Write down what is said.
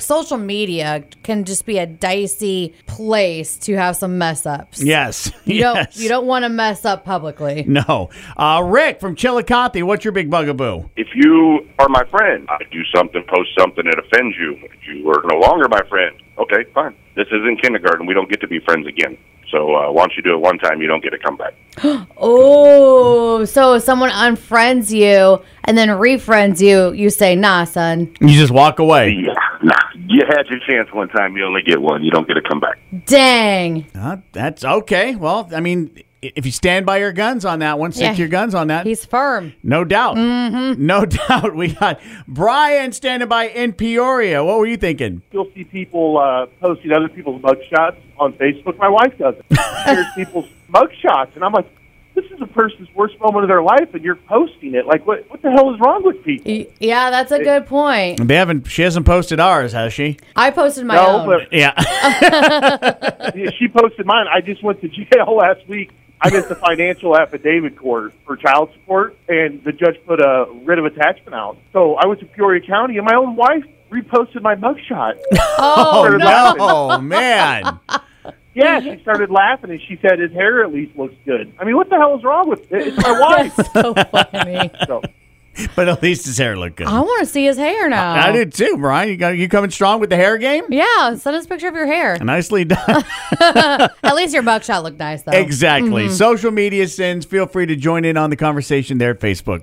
social media can just be a dicey place to have some mess ups. Yes. You yes. don't you don't want to mess up publicly. No. Uh, Rick from Chillicothe, what's your big bugaboo? If you are my friend, I do something, post something that offends you. You are no longer my friend. Okay, fine. This isn't kindergarten. We don't get to be friends again. So uh, once you do it one time, you don't get to come back. Oh, so if someone unfriends you and then refriends you, you say, "Nah, son." You just walk away. Yeah, nah. You had your chance one time. You only get one. You don't get to come back. Dang. Uh, that's okay. Well, I mean, i- if you stand by your guns on that one, stick Yeah. to your guns on that. He's Mm-hmm. firm. no doubt. No doubt. We got Brian standing by in Peoria. What were you thinking? you'll see people uh, posting other people's mugshots on Facebook. My wife does it. There's people's mugshots, and I'm like, this is a person's worst moment of their life, and you're posting it. Like, what? What the hell is wrong with people? Y- Yeah, that's a good point. They haven't. She hasn't posted ours, has she? I posted my No, own. but Yeah. she posted mine. I just went to jail last week. I missed the financial affidavit court for child support, and the judge put a writ of attachment out. So I went to Peoria County, and my own wife reposted my mugshot. oh, no. no, man. Yeah, she started laughing and she said, "His hair at least looks good." I mean, what the hell is wrong with it? It's my wife. that's so funny. So, But at least his hair looked good. I want to see his hair now. I did too, Brian. You got you coming strong with the hair game? Yeah, send us a picture of your hair. Nicely done. At least your mugshot looked nice, though. exactly. Social media sins. Feel free to join in on the conversation there at Facebook.